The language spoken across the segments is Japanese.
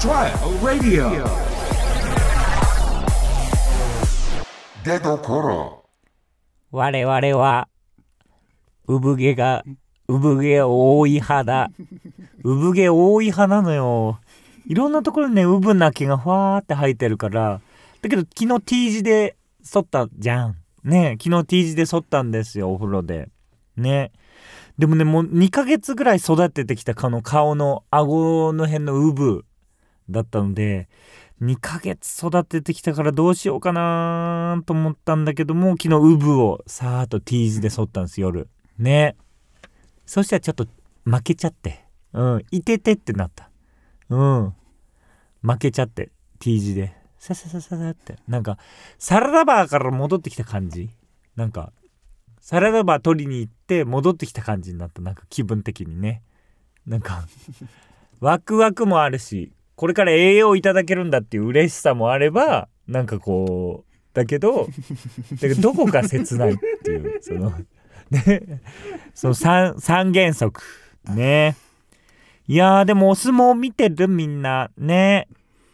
Trial Radio 出どころ我々は産毛が産毛多い派だ産毛多い派なのよいろんなところにね産な毛がふわーって生えてるからだけど昨日 T 字で剃ったじゃんね昨日 T 字で剃ったんですよお風呂でねでもねもう2ヶ月ぐらい育ててきたこの顔の顎の辺の産だったので2ヶ月育ててきたからどうしようかなと思ったんだけども昨日ウブをさーっと T 字で剃ったんです夜ねそしたらちょっと負けちゃってうんいててってなったうん負けちゃって T 字でさささささってなんかサラダバーから戻ってきた感じなんかサラダバー取りに行って戻ってきた感じになったなんか気分的にねなんかワクワクもあるしこれから栄養いただけるんだっていう嬉しさもあればなんかこうだけどだけどどこか切ないっていう そのねその三三原則ねいやーでもお相撲見てるみんなね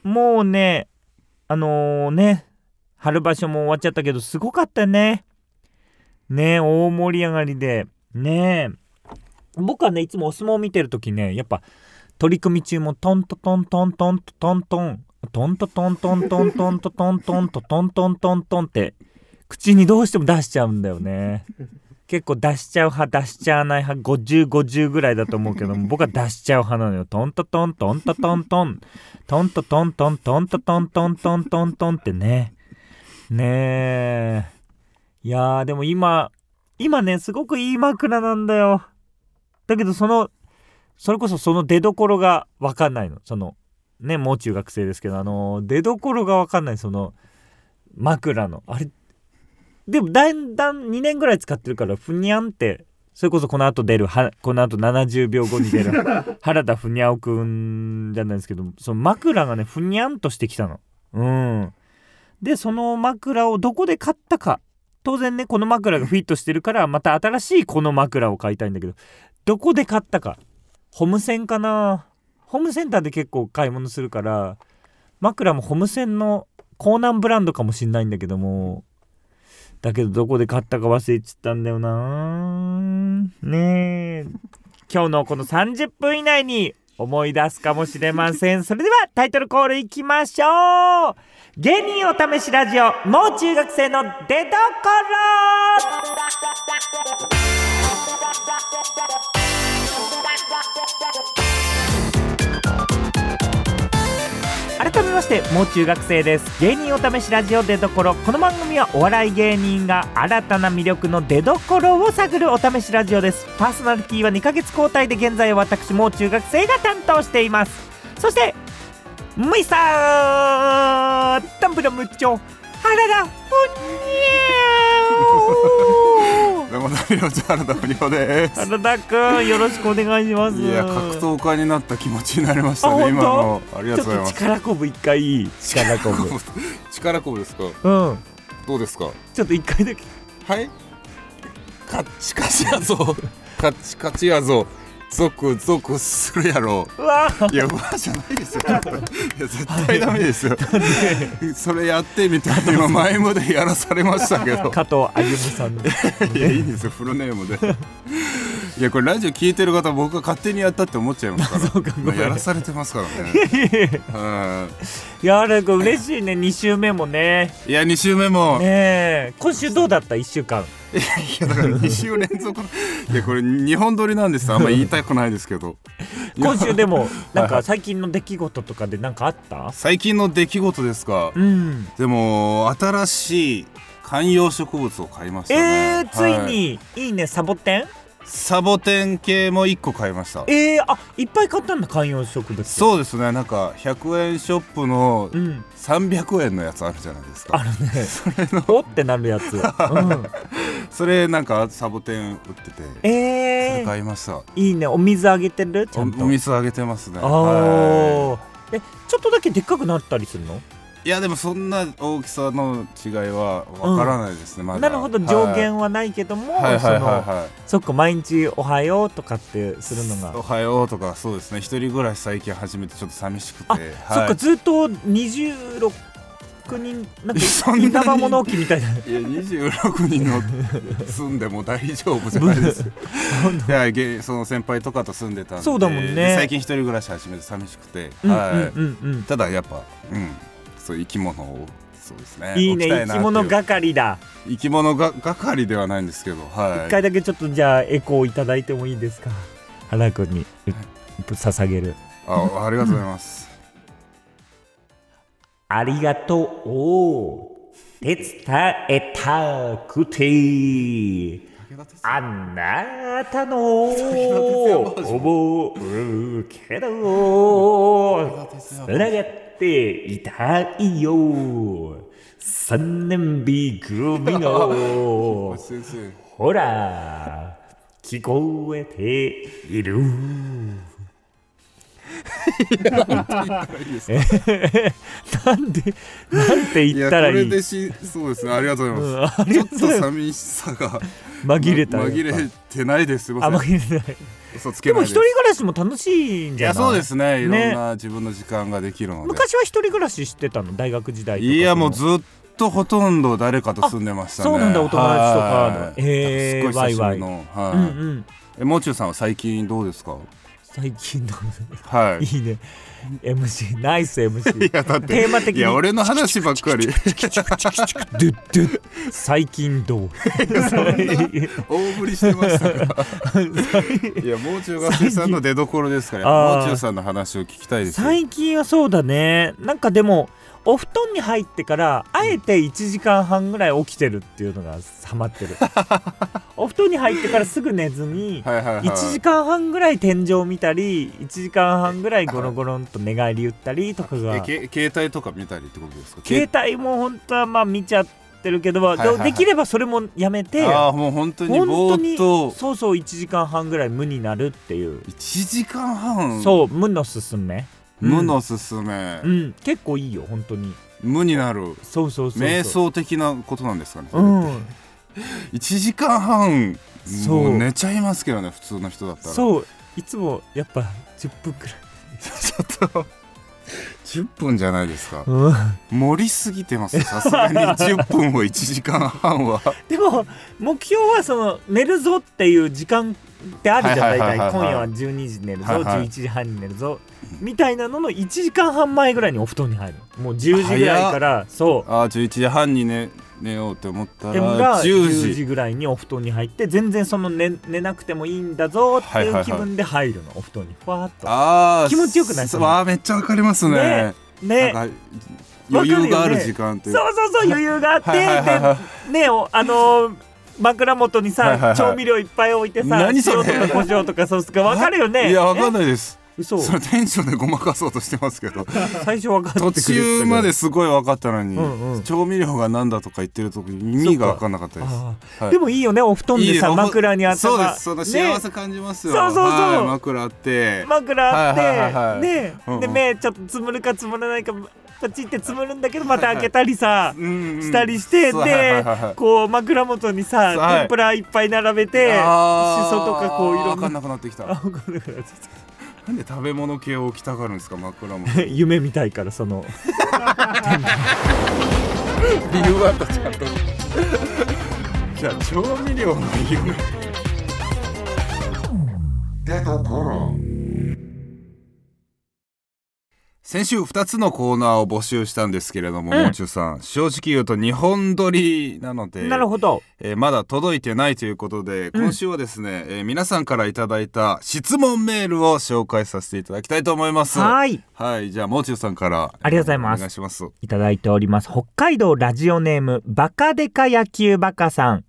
もうねあのーね春場所も終わっちゃったけどすごかったねね大盛り上がりでね僕はねいつもお相撲見てる時ねやっぱ取り組み中もトントトントントントントントントントントントントントントントントントントントンって口にどうしても出しちゃうんだよね結構出しちゃう派出しちゃわない派5050ぐらいだと思うけども僕は出しちゃう派なのよトントトントントトントントントトントントントトントントントントンってねねえいやーでも今今ねすごくいい枕なんだよだけどそのそれこそその出どころが分かんないのそのねもう中学生ですけどあの出どころが分かんないその枕のあれでもだんだん2年ぐらい使ってるからふにゃんってそれこそこの後出るはこの後70秒後に出る原田ふにゃおくんじゃないですけどその枕がねふにゃんとしてきたのうんでその枕をどこで買ったか当然ねこの枕がフィットしてるからまた新しいこの枕を買いたいんだけどどこで買ったかホームセンかなホームセンターで結構買い物するから枕もホームセンの江南ブランドかもしんないんだけどもだけどどこで買ったか忘れちゃったんだよなねえ今日のこの30分以内に思い出すかもしれませんそれではタイトルコールいきましょう芸人お試しラジオもう中学生の出所改めましてもう中学生です芸人お試しラジオ出どころこの番組はお笑い芸人が新たな魅力の出どころを探るお試しラジオですパーソナリティは2ヶ月交代で現在は私もう中学生が担当していますそしてむいさんタンブラムッチョ原田ふにゃレモンダリオチャラダ不良です。ー原田くんよろしくお願いしますいや格闘家になった気持ちになりましたあね今の本。ありちがょっとうございとます。力こぶ一回力こ ぶ力こぶですか。うんどうですか。ちょっと一回だけはい。カッチカチやぞ。カッチカチやぞ。ゾクゾクするや ろ。うわーいやうわじゃないですよ。いや絶対ダメですよ。それやってみたいに今前までやらされましたけど。加藤歩夢さ んでいやいいですよフルネームで。いやこれラジオ聞いてる方僕が勝手にやったって思っちゃいますから。そうかまごめあんやらされてますからね。はいやあれこれ嬉しいね2週目もねいいや2週目も、ねえ今週どうだった1週間いやだから2週連続のいやこれ2本撮りなんですあんま言いたくないですけど今週で もなんはか最近の出来事とかで何かあった最近の出来事ですかうんでも新しい観葉植物を買いましたえね、ー、ついはに、い、いねサボテンサボテン系も1個買いましたえー、あいっぱい買ったんだ観葉植物うそうですねなんか100円ショップのうん300円のやつあるじゃないですあかるねおってなるや つ、うん、それなんかサボテン売っててそえれー、買いましたいいねお水あげてるちおゃおんと水あげてますねあはいーえちょっとだけでっかくなったりするのいやでもそんな大きさの違いはわからないですね、まだなるほど上限はないけども、はいはいそはいはいのはいそっか毎日「おはよう」とかってするのがおはようとかそうですね一人暮らし最近始めてちょっと寂しくてあそっはかいずっと26人なんか そんなに稲葉物置みたいないや26人の住んでも大丈夫じゃない ですいやげその先輩とかと住んでたんでそうだもんねで最近一人暮らし始めて寂しくて、う んはい、うんうんうんただやっぱうんそういう生き物をそうですねいいね置きたなっ生てきう物係だ生き物が係ではないんですけどはい一回だけちょっとじゃあエコーいただいてもいいですか原君にう捧げるあありがとうございますありがとうを伝えたくてあなたの思うけどつながっていたいよ3年 B 組の先生ほら聞こえているなんでなんてい言やっこたらいれいでしそうですねありがとうございます、うんありがとうごちょっざといま寂しさが紛れたやっぱ紛れてないですすいませあんまりない嘘つけでなもい一です人暮らしも楽しいんいじゃやないそうですねいろねんな自分の時間ができるので、昔は一人暮らししてたの大学時代とかいやもうずっとほとんど誰かと住んでましたねあそうなんだお友達とかはいえーすっごい久しぶりのはい、うんうんえもう中さんは最近どうですか最近のはいいいね MC ナイス MC いやだってテーマい的にや俺の話ばっかりドゥッドゥッ最近ど う大振りしてましたからいやもう中学生さんの出所ですからあーもう中さんの話を聞きたいですよ最近はそうだねなんかでもお布団に入ってからあえて1時間半ぐらい起きてるっていうのがハ マってるお布団に入ってからすぐ寝ずにはいはいはい1時間半ぐらい天井見たり1時間半ぐらいゴロゴロンと寝返り打ったりとかがえけ携帯とか見たりってことですか携帯も本当はまあ見ちゃってるけど、いはいはいでできればそれもやめてああもう本当にぼ本当ーにっとそうそう1時間半ぐらい無になるっていう、 1時間半そう無のすすめ無のすすめ、うん結構いいよ本当に無になるそうそうそうそう瞑想的なことなんですかね、それうん1時間半そうもう寝ちゃいますけどね普通の人だったらそういつもやっぱ10分くらい10分じゃないですかうん盛りすぎてますよさす がに10分を1時間半はでも目標はその寝るぞっていう時間ってあるじゃんはい大はいはい体はい今夜は12時寝るぞ、はいはい11時半に寝るぞみたいなのの1時間半前ぐらいにお布団に入るもう10時ぐらいからそああ11時半に寝寝ようって思ったう M がら10 10時時ぐらいにお布団に入って全然その寝寝なくてもいいんだぞってはいはいいはうい気分で入るのお布団にふわっとああ気持ちよくないそわあめっちゃわかりますねねねなんか余裕がある時間とそいううかそうそう余裕があっ てはいはいはいはいでねおあのー枕元にさ、はいはいはい調味料いっぱい置いてさ何それ塩とか胡椒とかソースとか分かるよねいやわかんないです嘘それテンションでごまかそうとしてます けど最初分かってくれ途てたけど中まですごい分かったのに、うんうん調味料が何だとか言ってる時に意味が分かんなかったです、ああはいでもいいよねお布団でいいさよ枕に頭そうですその幸ねせ感じますよ、そうそうそうはい枕あって、枕あって、はいはいはいはいね、うんうんで目ちょっとつむるかつむらないかパチってつむるんだけどまた開けたりさ、うんうんしたりして、そうはいはいではいはいこう枕元にさ、はい天ぷらいっぱい並べてしあーそとかこういろ分かんんななくなってきたあわかんなくなっちゃっなんで食べ物系を置きたがるんですか枕もた夢みたいからその理由があったちゃんと じゃあ調味料の理由出どころ先週2つのコーナーを募集したんですけれども、もう中さん正直言うと2本撮りなのでなるほどえーまだ届いてないということで今週はですね、えー皆さんからいただいた質問メールを紹介させていただきたいと思いますはーいはいじゃあもう中さんからありがとうございますお願いしますいただいております北海道ラジオネームバカデカ野球バカさん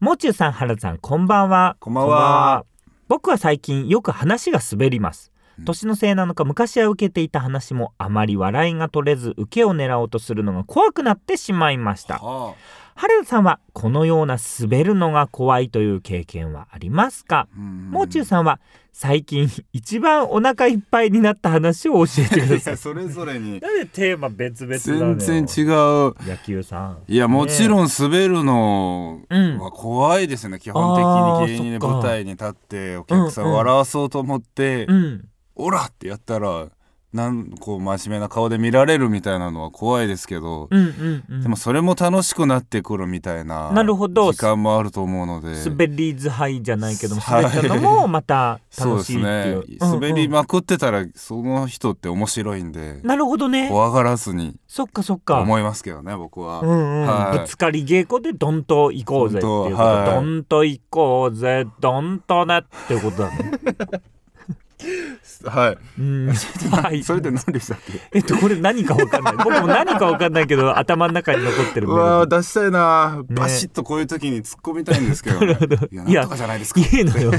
もちゅうさん原さんこんばんはこんばんは僕は最近よく話が滑ります年のせいなのか昔は受けていた話もあまり笑いが取れず受けを狙おうとするのが怖くなってしまいましたは春さんはこのような滑るのが怖いという経験はありますかももう中さんは最近一番お腹いっぱいになった話を教えてくだいさい やそれぞれになんでテーマ別々なの全よ然違う野球さんいやもちろん滑るのうんは怖いですね基本的に芸人あでーそっか舞台に立ってお客さんうんうをん笑わそうと思ってうん「オラ!」ってやったらなんこう真面目な顔で見られるみたいなのは怖いですけどうんうんうんでもそれも楽しくなってくるみたいななるほど時間もあると思うので滑りずハイじゃないけどもはい滑ったのもまたそう楽でしすいっていねううんうん滑りまくってたらその人って面白いんでなるほどね怖がらずにそっかそっとか思いますけどね僕は。うんうんはいぶつかり稽古でどんと行こうぜっていうことどんとはいどんと行こうぜどんとねっていうことだねはいうんはいそれで何でしたっけ えっとこれ何かわか んない僕も何かわかんないけど頭の中に残ってるうメロわデー出したいなーねバシッとこういう時に突っ込みたいんですけど、ね、いやいやなんとかじゃないですかィーいい のよ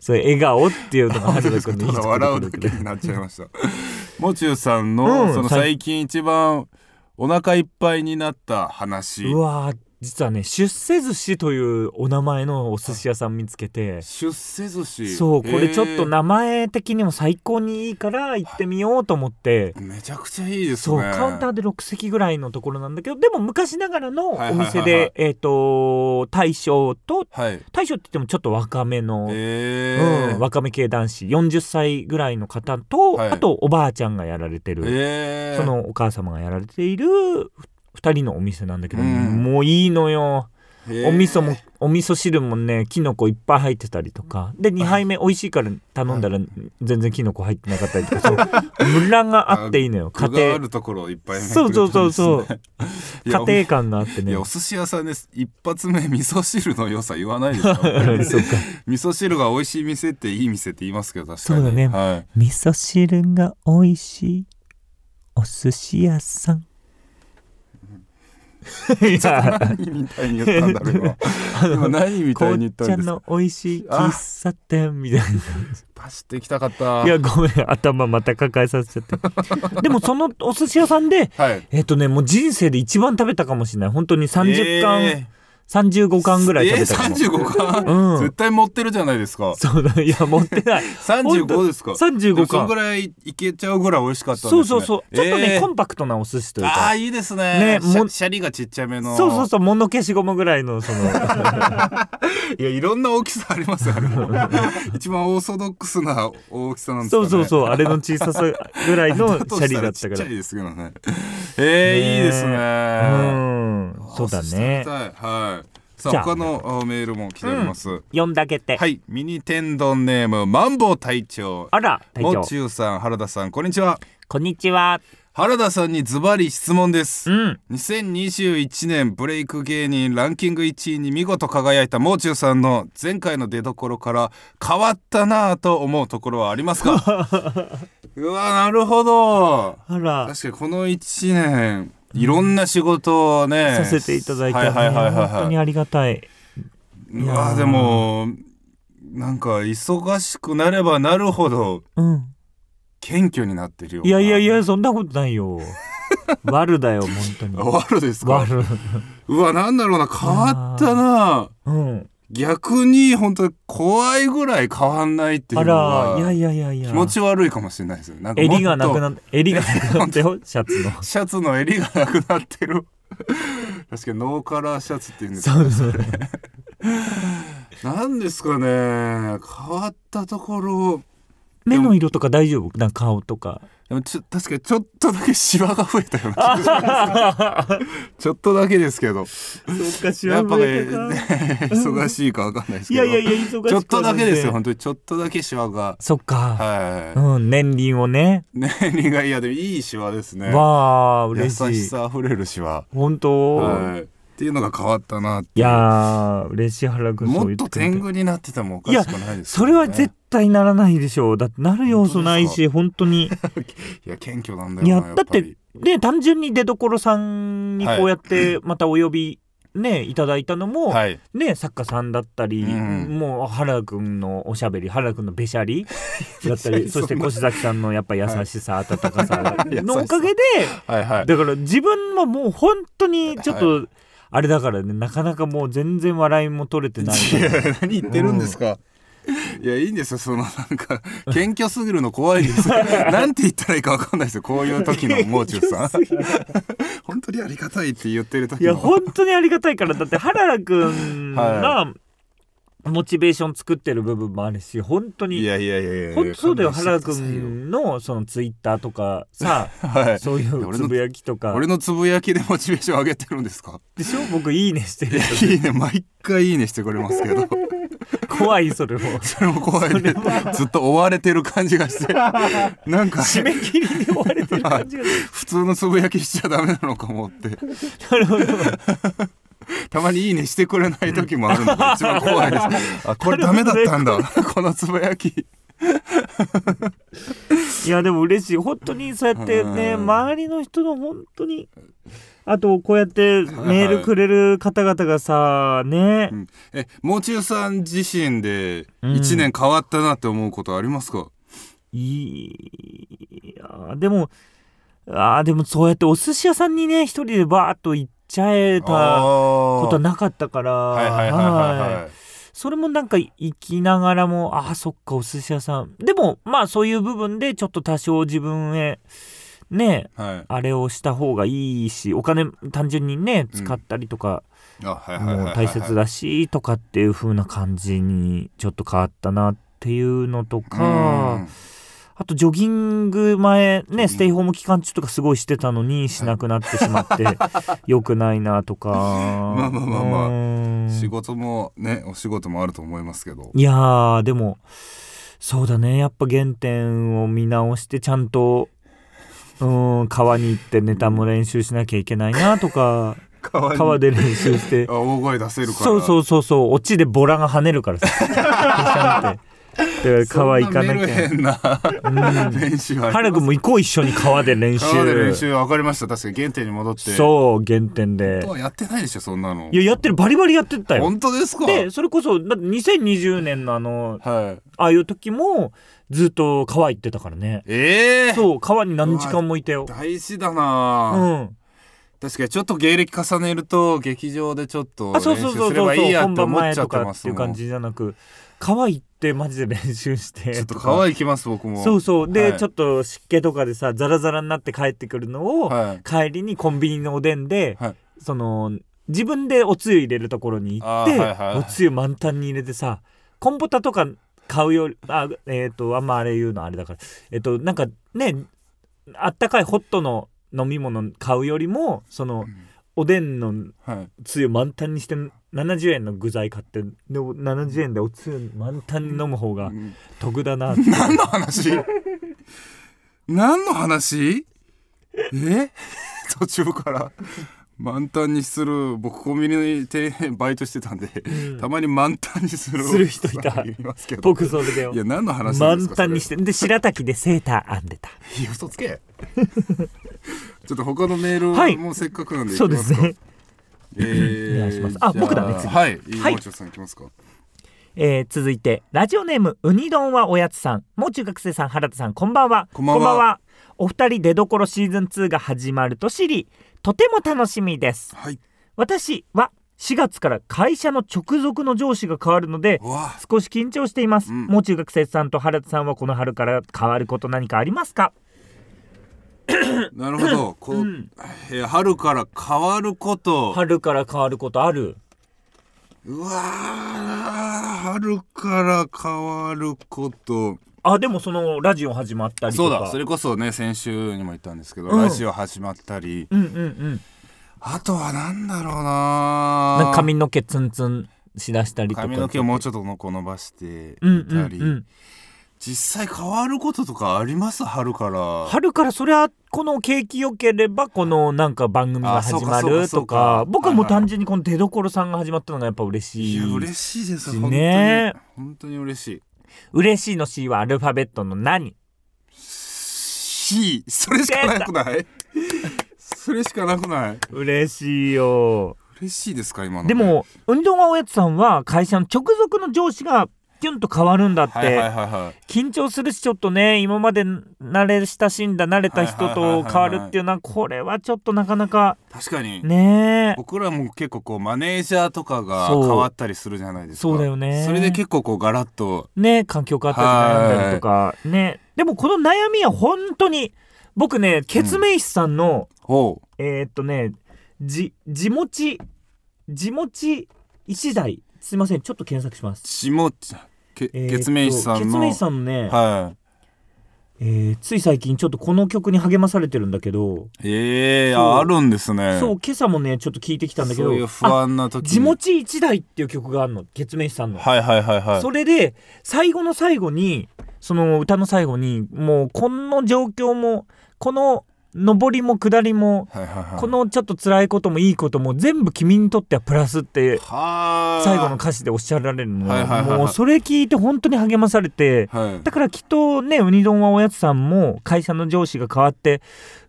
そう笑顔っていうのが本当春で田すか君たのいいだとこ笑ろうだだけけどになっちゃいましたもちゅうさんの、うんそのさい最近一番お腹いっぱいになった話うわー実はね出世寿司というお名前のお寿司屋さん見つけて出世寿司そうこれちょっとな名前的にも最高にいいから行ってみようと思って、めちゃくちゃいいですそうねカウンターで6席ぐらいのところなんだけどでも昔ながらのお店はいはいはいはいでえっ、と大将とはい大将って言ってもちょっと若めの、えうん、ー、若め系男子40歳ぐらいの方と、はいあとおばあちゃんがやられてる、えー、そのお母様がやられている2人のお店なんだけど、うんもういいのよ。えーお味噌もお味噌汁もねきのこいっぱい入ってたりとかで2杯目美味しいから頼んだら全然きのこ入ってなかったりとかそうムラがあっていいのよ 家具があ庭るところをいっぱいめくれたそんうですそねうそうそうい家や庭感があっていねやお寿司屋さんです一発目味噌汁の良さ言わないです かそうか味噌汁が美味しい店っていい店って言いますけど確かにそうだねはい、味噌汁が美味しいお寿司屋さんいや何みたいに言ったんだろ う今今何みたいに言紅った茶んですかの美味しい喫茶店みたいなパシってきたかったいやごめん頭また抱えさせちゃってでもそのお寿司屋さんではいえっとね、もう人生で一番食べたかもしれない。本当に30巻、え35巻ぐらい食べたかも。ー、35巻、うん絶対持ってるじゃないですかそうだ、いや、持ってない。本当35ですかでも35そんぐ巻。らいいけちゃうぐらい美味しかったんです、ね、そうそうそう。ちょっとね、えーコンパクトなお寿司というあかあ。いいですねねシもャシャリがちっちゃめのそうそうそう、もの消しゴムぐらいの、その、いやいろんな大きさありますよあれ も一番オーソドックスな大きさなんですかそねうそううそう、あれの小ささぐら いのシシャャリリだだっったたかららちかっちゃい。ですけどねえねえー、いいですねうん、そうだあ。ー食べねたいはいさじゃああ他のあメールも来ております、読んであげて。はいミニ天丼ネームマンボウ隊長あら、隊も長っ。ちゅうさん原田さんこんにちはこんにちは。原田さんにズバリ質問ですうん。 2021年ブレイク芸人ランキング1位に見事輝いたもう中さんの前回の出所から変わったなぁと思うところはあり ますかうわなるほどあら、確かにこの1年いろんな仕事をね、させていただいて、はねいはいはい本当はいにはありがたい。いいやーでもなんか忙しくなればなるほどうん。謙虚になってるよういなやいやいや、そんなことな いよ。悪だよ、本当に。ワルですか悪。うわなんだろうな変わったなぁうん。逆に本当に怖いぐらい変わんないっていあうのはら、いやいやいやいや。気持ち悪いかもしれないですよなんかもっと襟がなくなって、襟がなくなってよ、シャツの。シャツの襟がなくなってる 確かにノーカラーシャツっていうんですか そうそう。なんですかね変わったところ 目の色とか大丈夫なんか顔とか。でもちょ確かにちょっとだけシワが増えたような気がし ますちょっとだけですけどそうか、しやっぱね 忙しいかわかんないですいけやどいやいや、忙しくはないちょっとだけですよ本当にちょっとだけシワがそっか。はい、うん、年輪をね。ねりがいやでもいいシワですねわあ、優嬉ししい。さあふれるしは、本当。はい、っていうのが変わったなっていやー、嬉しい原君そうも言っとてくれて天狗になっててもおかしくないですそよねれは絶対ならないでしょう。だってなる要素ないし、本当に。いや謙虚なんだいやよなやだっっぱてりね単純に出所さんにはいこうやって またお呼びねいただいたのも、 はいね作家さんだったり、うんもう原くんのおしゃべり原くんのべしゃり だべったしゃりりそしそてんな越崎さんのやっぱ優しさ温かさ優しさのおかげではいはいだから自分はもう本当にちょっと、あれだからねなかなかもう全然笑いも取れてないいや何言ってるんですか、いやいいんですよそのなんか謙虚すぎるの怖いです なんて言ったらいいかわかんないですよこういう時のもう中さん本当にありがたいって言ってる時いやの本当にありがたいからだって原田くんがモチベーション作ってる部分もあるし本当にいやいやいやいや本当そうだよ勘弁原し田てくくさいよんのそのツイッターとかさはいそういいや俺うのつぶやきとか俺のつぶやきでモチベーション上げてるんですかでしょ僕いいねしているやいいね毎回いいねしてくれますけど怖いそれも それも怖いねずっと追われてる感じが してなんか締め切りに追われてる感じが 普通のつぶやきしちゃダメなのかもってなるほどたまに「いいね」してくれない時もあるの が一番怖いですあこれダメだったんだこのつぶやきいやでも嬉しい本当にそうやってねうん周りの人の本当にあとこうやってメールくれる方々がさねうんえもう中さん自身でうん1年変わったなって思うことありますか、いやーでもあーでもそうやってお寿司屋さんにね一人でバーッと行っちゃえあたこーとはなかったからはいはいはいはいはいはいそれもなんか生きながらもあーそっかお寿司屋さんでもまあそういう部分でちょっと多少自分へねはいあれをした方がいいしお金単純にねうん使ったりとかあはいはいはいはいもはうい大切だしとかっていう風な感じにちょっと変わったなっていうのとうか。んあとジョギング前ギングねステイホーム期間中とかすごいしてたのにしなくなってしま って良くないなとかまあまあまあまああ仕事もねお仕事もあると思いますけどいやーでもそうだねやっぱ原点を見直してちゃんとうーん川に行ってネタも練習しなきゃいけないなとか川に川で練習し てあ大声出せるからそうそううそうそうオチでボラが跳ね るからさピシャンってで川行かなきメルヘゃンなうん練習あります原くんも行こう一緒に川で練習川で練習分かりました確かに原点に戻ってそう原点で本当はやってないでしょそんなのいややってるバリバリやってたよ本当ですかでそれこそだって2020年のあのはいああいう時もずっと川行ってたからねええそう川に何時間もいたよ大事だうな、ん確かにちょっと芸歴重ねると劇場でちょっとあ練そう習そうそうすれそばういいや本って番思っ前ちゃとってかまっすていうも感んじじゃなく川行ってマジで練習してちょっとか川行きます僕もそうそうで、はいちょっと湿気とかでさザラザラになって帰ってくるのを、はい帰りにコンビニのおでんで、はいその自分でおつゆ入れるところに行あっーて、はいはいおつゆ満タンに入れてさコンポタとか買うよりあえっ、とあんまあれ言うのあれだからえっ、となんかねあったかいホットの飲み物買うよりもそのんおでんのはいつゆ満タンにして70円の具材買ってで70円でおつゆ満タンに飲む方がうん得だなって何の話何の話え 途中から満タンにする僕コンビニでバイトしてたんで、たまに満タンにするする人いたいますけど僕それだよいや何の話なんです満かタンにしててで白滝でセーター編んでたいや嘘つけ ちょっと他のメーはルいもせっかくなんでいきそうまですか、すねえー お願いしますあじゃ僕だね次はい飯はい尾町さんいきますかえー続いてラジオネームうに丼はおやつさんもう中学生さん原田さんこんばんはこんばんはお二人出どころシーズン2が始まると知りとても楽しみですはい私は4月から会社の直属の上司が変わるのでうわ少し緊張しています、うんもう中学生さんと原田さんはこの春から変わること何かありますかなるほどこう、うんえー春から変わること春から変わることあるうわー春から変わることあでもそのラジオ始まったりそとうかだそれこそね先週にも言ったんですけど、うんラジオ始まったりうんうんうんあとはなんだろうななんか髪の毛ツンツンしだしたりとか髪の毛をもうちょっとのこう伸ばしてうんいうたんり、うん実際変わることとかあります春から春からそりゃこの景気良ければこのなんか番組が始まあそうかるそうかそうとかか僕はもうはいはい単純にこの出所さんが始まったのがやっぱ嬉しいいや嬉しいです本当にね本当に嬉しい嬉しいの C はアルファベットの何 C それしかなくない それしかなくない嬉しいよ嬉しいですか今のでも運動はおやつさんは会社の直属の上司がキュンと変わるんだって、はいはいはいはい緊張するしちょっとね今まで慣れ親しんだ慣れた人と変わるっていうのはこれはちょっとなかなか確かにねえ 僕らも結構こうマネージャーとかが変そうわったりするじゃないですかそうだよねそれで結構こうガラッとね環境変わったり悩んだりとかねでもこの悩みは本当に僕ね血明師さんの、ほうえーっとねじ地持ち地持ち一台すいませんちょっと検索します。下けえーっと月面師さん血の明師さんのね、はいえーつい最近ちょっとこの曲に励まされてるんだけど、ええそうああるんですねそう今朝もねちょっと聞いてきたんだけどそういう不安な時に地持ち一台っていう曲があるの月面師さんの、はいはいはいはいそれで最後の最後にその歌の最後にもうこの状況もこの上りも下りも、はいはいはいこのちょっと辛いこともいいことも全部君にとってはプラスってはあ最後の歌詞でおっしゃられるの、はいはいはいはいもうそれ聞いて本当に励まされてはいだからきっとねウニ丼はおやつさんも会社の上司が変わって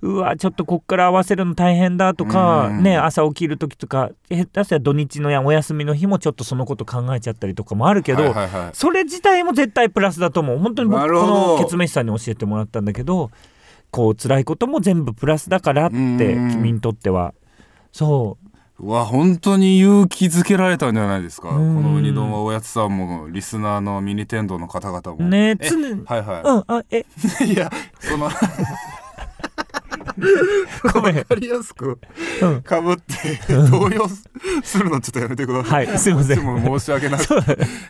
うわちょっとこっから合わせるの大変だとか、うんね、朝起きる時とか下手したら土日のやお休みの日もちょっとそのこと考えちゃったりとかもあるけど、はいはいはいそれ自体も絶対プラスだと思う本当にな僕るこほどのケツメイシさんに教えてもらったんだけどこう辛いことも全部プラスだからってうん君にとってはそうわ本当に勇気づけられたんじゃないですかこうんのウニ丼はおやつさんもリスナーのミニ天童の方々うもねえ常にはいはうんあ えいいやそのごめんわかりやすくうんかぶって動揺すするのちょっとやめてください。はいすいませでんも申し訳なく そう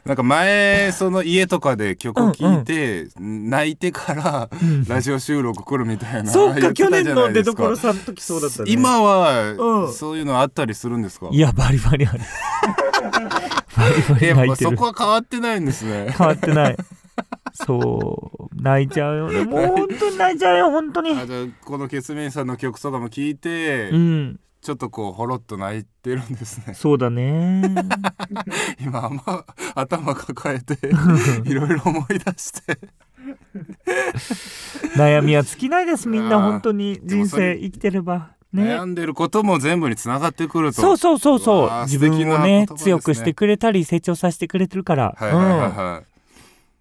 なんか前その家とかで曲を聴いて泣いてからんラジオ収録来るみたいなそっ言かて去た年じゃなのい出ですか所さんの時そうだったね今うはんそういうのあったりするんですかいやバリバリあるバリバ リやっ泣ぱいてそるこは変わってないんです ね。変わってないそう泣いちゃうよねもう本当に泣いちゃうよ本当にあじゃあこのケツメイシさんの曲とかも聴いてうんちょっとこうほろっと泣いてるんですね。そうだね今あんま頭抱えて いろいろ思い出して。悩みは尽きないですみんあなー本当にでも人それ生生きてればね悩んでることも全部につながってくるとそうそうそううそうわー自分素敵なを言葉ねですね強くしてくれたり成長させてくれてるからはいはいはいはい、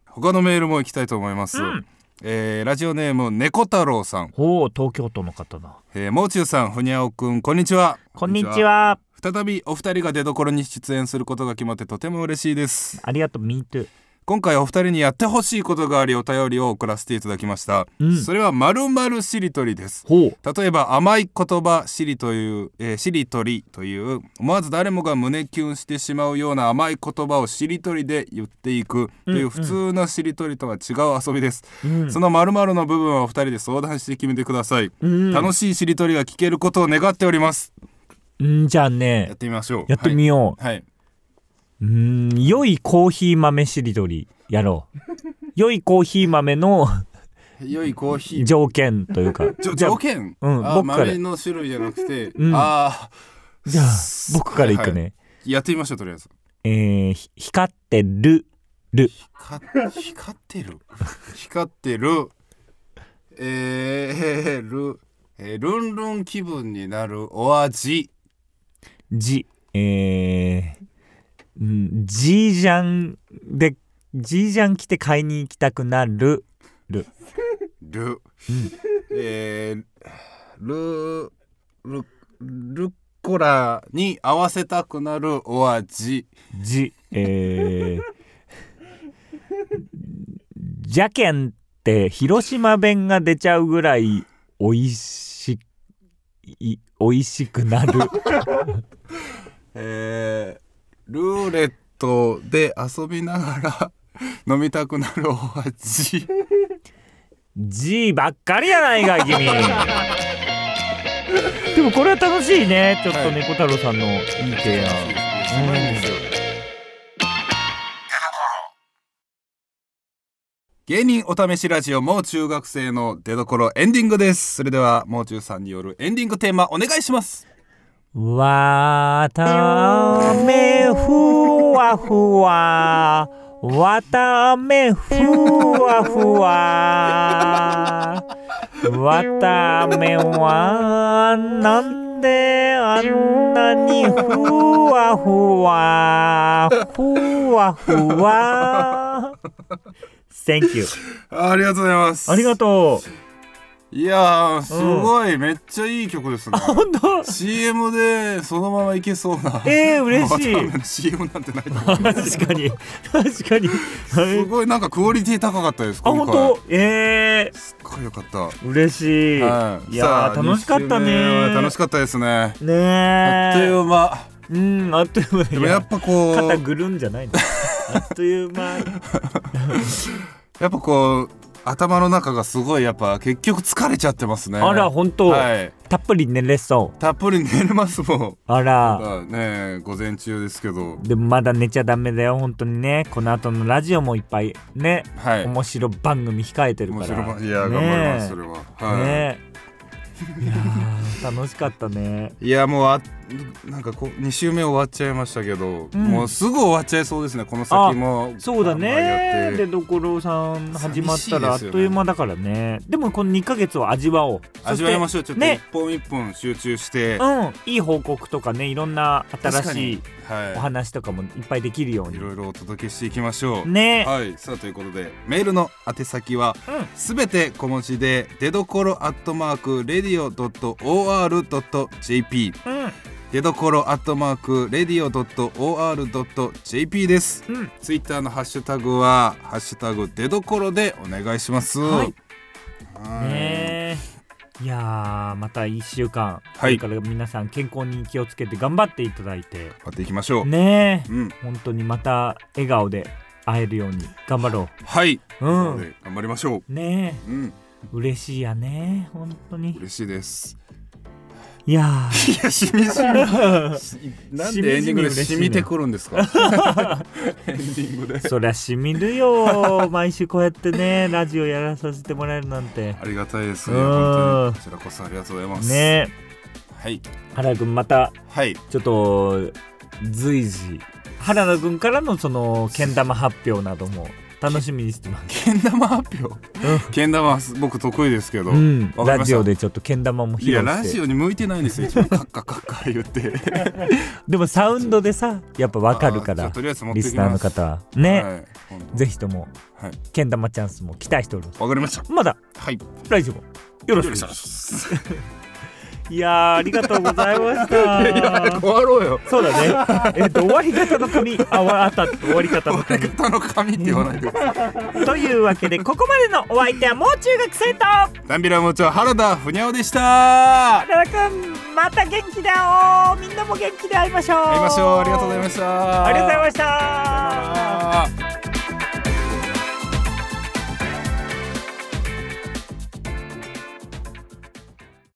他のメールも行きたいと思います、うんえーラジオネーム猫太郎さん、ほう東京都の方だえー、もう中さんふにゃおくんこんにちはこんにちは再びお二人が出所に出演することが決まってとても嬉しいですありがとう MeToo 今回お二人にやってほしいことがありお便りを送らせていただきました、うんそれはまるまるしりとりですほう例えば甘い言葉しりという、えーしりとりという思わず誰もが胸キュンしてしまうような甘い言葉をしりとりで言っていくという普通のしりとりとは違う遊びです、うんその〇〇の部分はお二人で相談して決めてください、うん楽しいしりとりが聞けることを願っておりますうんじゃあやねってみましょうやってみよう、はい、はい、うん良いコーヒー豆しりとりやろ う良いコーヒー豆の良いコーヒー条件というかじょじゃあ 条件、うんあ僕から豆の種類じゃなくて、うんああじゃあ僕からいくね、やってみましょうとりあえずえーひ光ってるるか光ってる光ってるえー、る、えー、ルンルン気分になるお味じえーうんじいじゃんでじいじゃん来て買いに行きたくなるるる、えー、るるルッコラに合わせたくなるお味じえーじゃけんって広島弁が出ちゃうぐらいおいしいおいしくなるえー、ルーレットで遊びながら 飲みたくなるお味じばっかりやないか君でもこれは楽しいねちょっと猫太郎さんのいい提案、すごいんですよ芸人お試しラジオもう中学生の出所エンディングですそれではもう中さんによるエンディングテーマお願いしますわたあめふわふわ。わたあめふわふわ。わたあめはなんであんなにふわふわふわふわ Thank you ありがとうございますありがとういやーすごい、めっちゃいい曲ですね本当 CM でそのままいけそうなえ ー、嬉しいまあ多分 CM なんてないと思う確かに確かにすごいなんかクオリティ高かったですあ今本回当えすっごいよかったー、嬉しい、はいいやーさあ楽しかったね二週目は楽しかったですねねあっえという間うんあっという間でもやっぱこう肩ぐるんじゃないのあっという 間やっぱこう頭の中がすごいやっぱ結局疲れちゃってますねあら本当、はいたっぷり寝れそうたっぷり寝れますもんあらまあね午前中ですけどでもまだ寝ちゃダメだよ本当にねこの後のラジオもいっぱいね、はい面白番組控えてるか面ら白いいや、ね頑張りますそれははい、ねえいやー楽しかったねいやもうあなんかこう2週目終わっちゃいましたけど、うんもうすぐ終わっちゃいそうですねこの先もそうだ頑張ねりやでってどころさん始まったらあ寂しいでっすよねという間だからねでもこの2ヶ月を味わおう味わいましょうちょっとね一本一本集中して、うんいい報告とかねいろんな新確かしいにはいお話とかもいっぱいできるよういにろいろお届けしていきましょう。ねはい、さあということでメールの宛先はうんすべて小文字で出どころアットマークレディオドット OR ドット JP う出どころアットマークレディオドット OR ドット JP です。んうんツイッターのハッシュタグはハッシュタグ出どころでお願いします。はいはいねえいやーまた1週間、はいこれから皆さん健康に気をつけて頑張っていただいてやっていきましょう。ねえうん、本当にまた笑顔で会えるように頑張ろはい、ううで頑張りましょう。んねうん、え嬉しいやね本当に嬉しいです。いやいや、しみじみ。 ーなんでエンディングで染しみじみ嬉しいねみてくるんですかエンディングでそりゃしみるよ毎週こうやってねラジオやらさせてもらえるなんてありがたいですうねん本当にこちらこそありがとうございますねはいえ原田君またはいちょっと随時原田君からのそのけん玉発表なども楽しみにしてます。けん玉発表けん玉は僕得意ですけど、うん、わかりましラたジオでちょっとけん玉も披い露やラしジてオに向いてないんですよ一番カッカカッカ言ってでもサウンドでさやっぱわかるかあじゃあらとりあえず持ってリきますスナーの方はね、はい本当ぜひともはいけん玉チャンスも期待しておりますわかりましたまだはい来週もよろしよろしくお願くいしますいやーありがとうございま した終わろうよそうだ ねえっと終わり方の髪あ終わった終わり方終わの髪り方の紙って言わないでくださいというわけでここまでのお相手はもう中学生とダンビラムーチョ原田ふにゃおでした田中君また元気だよみんなも元気で会いましょう会いましょうありがとうございましたありがとうございました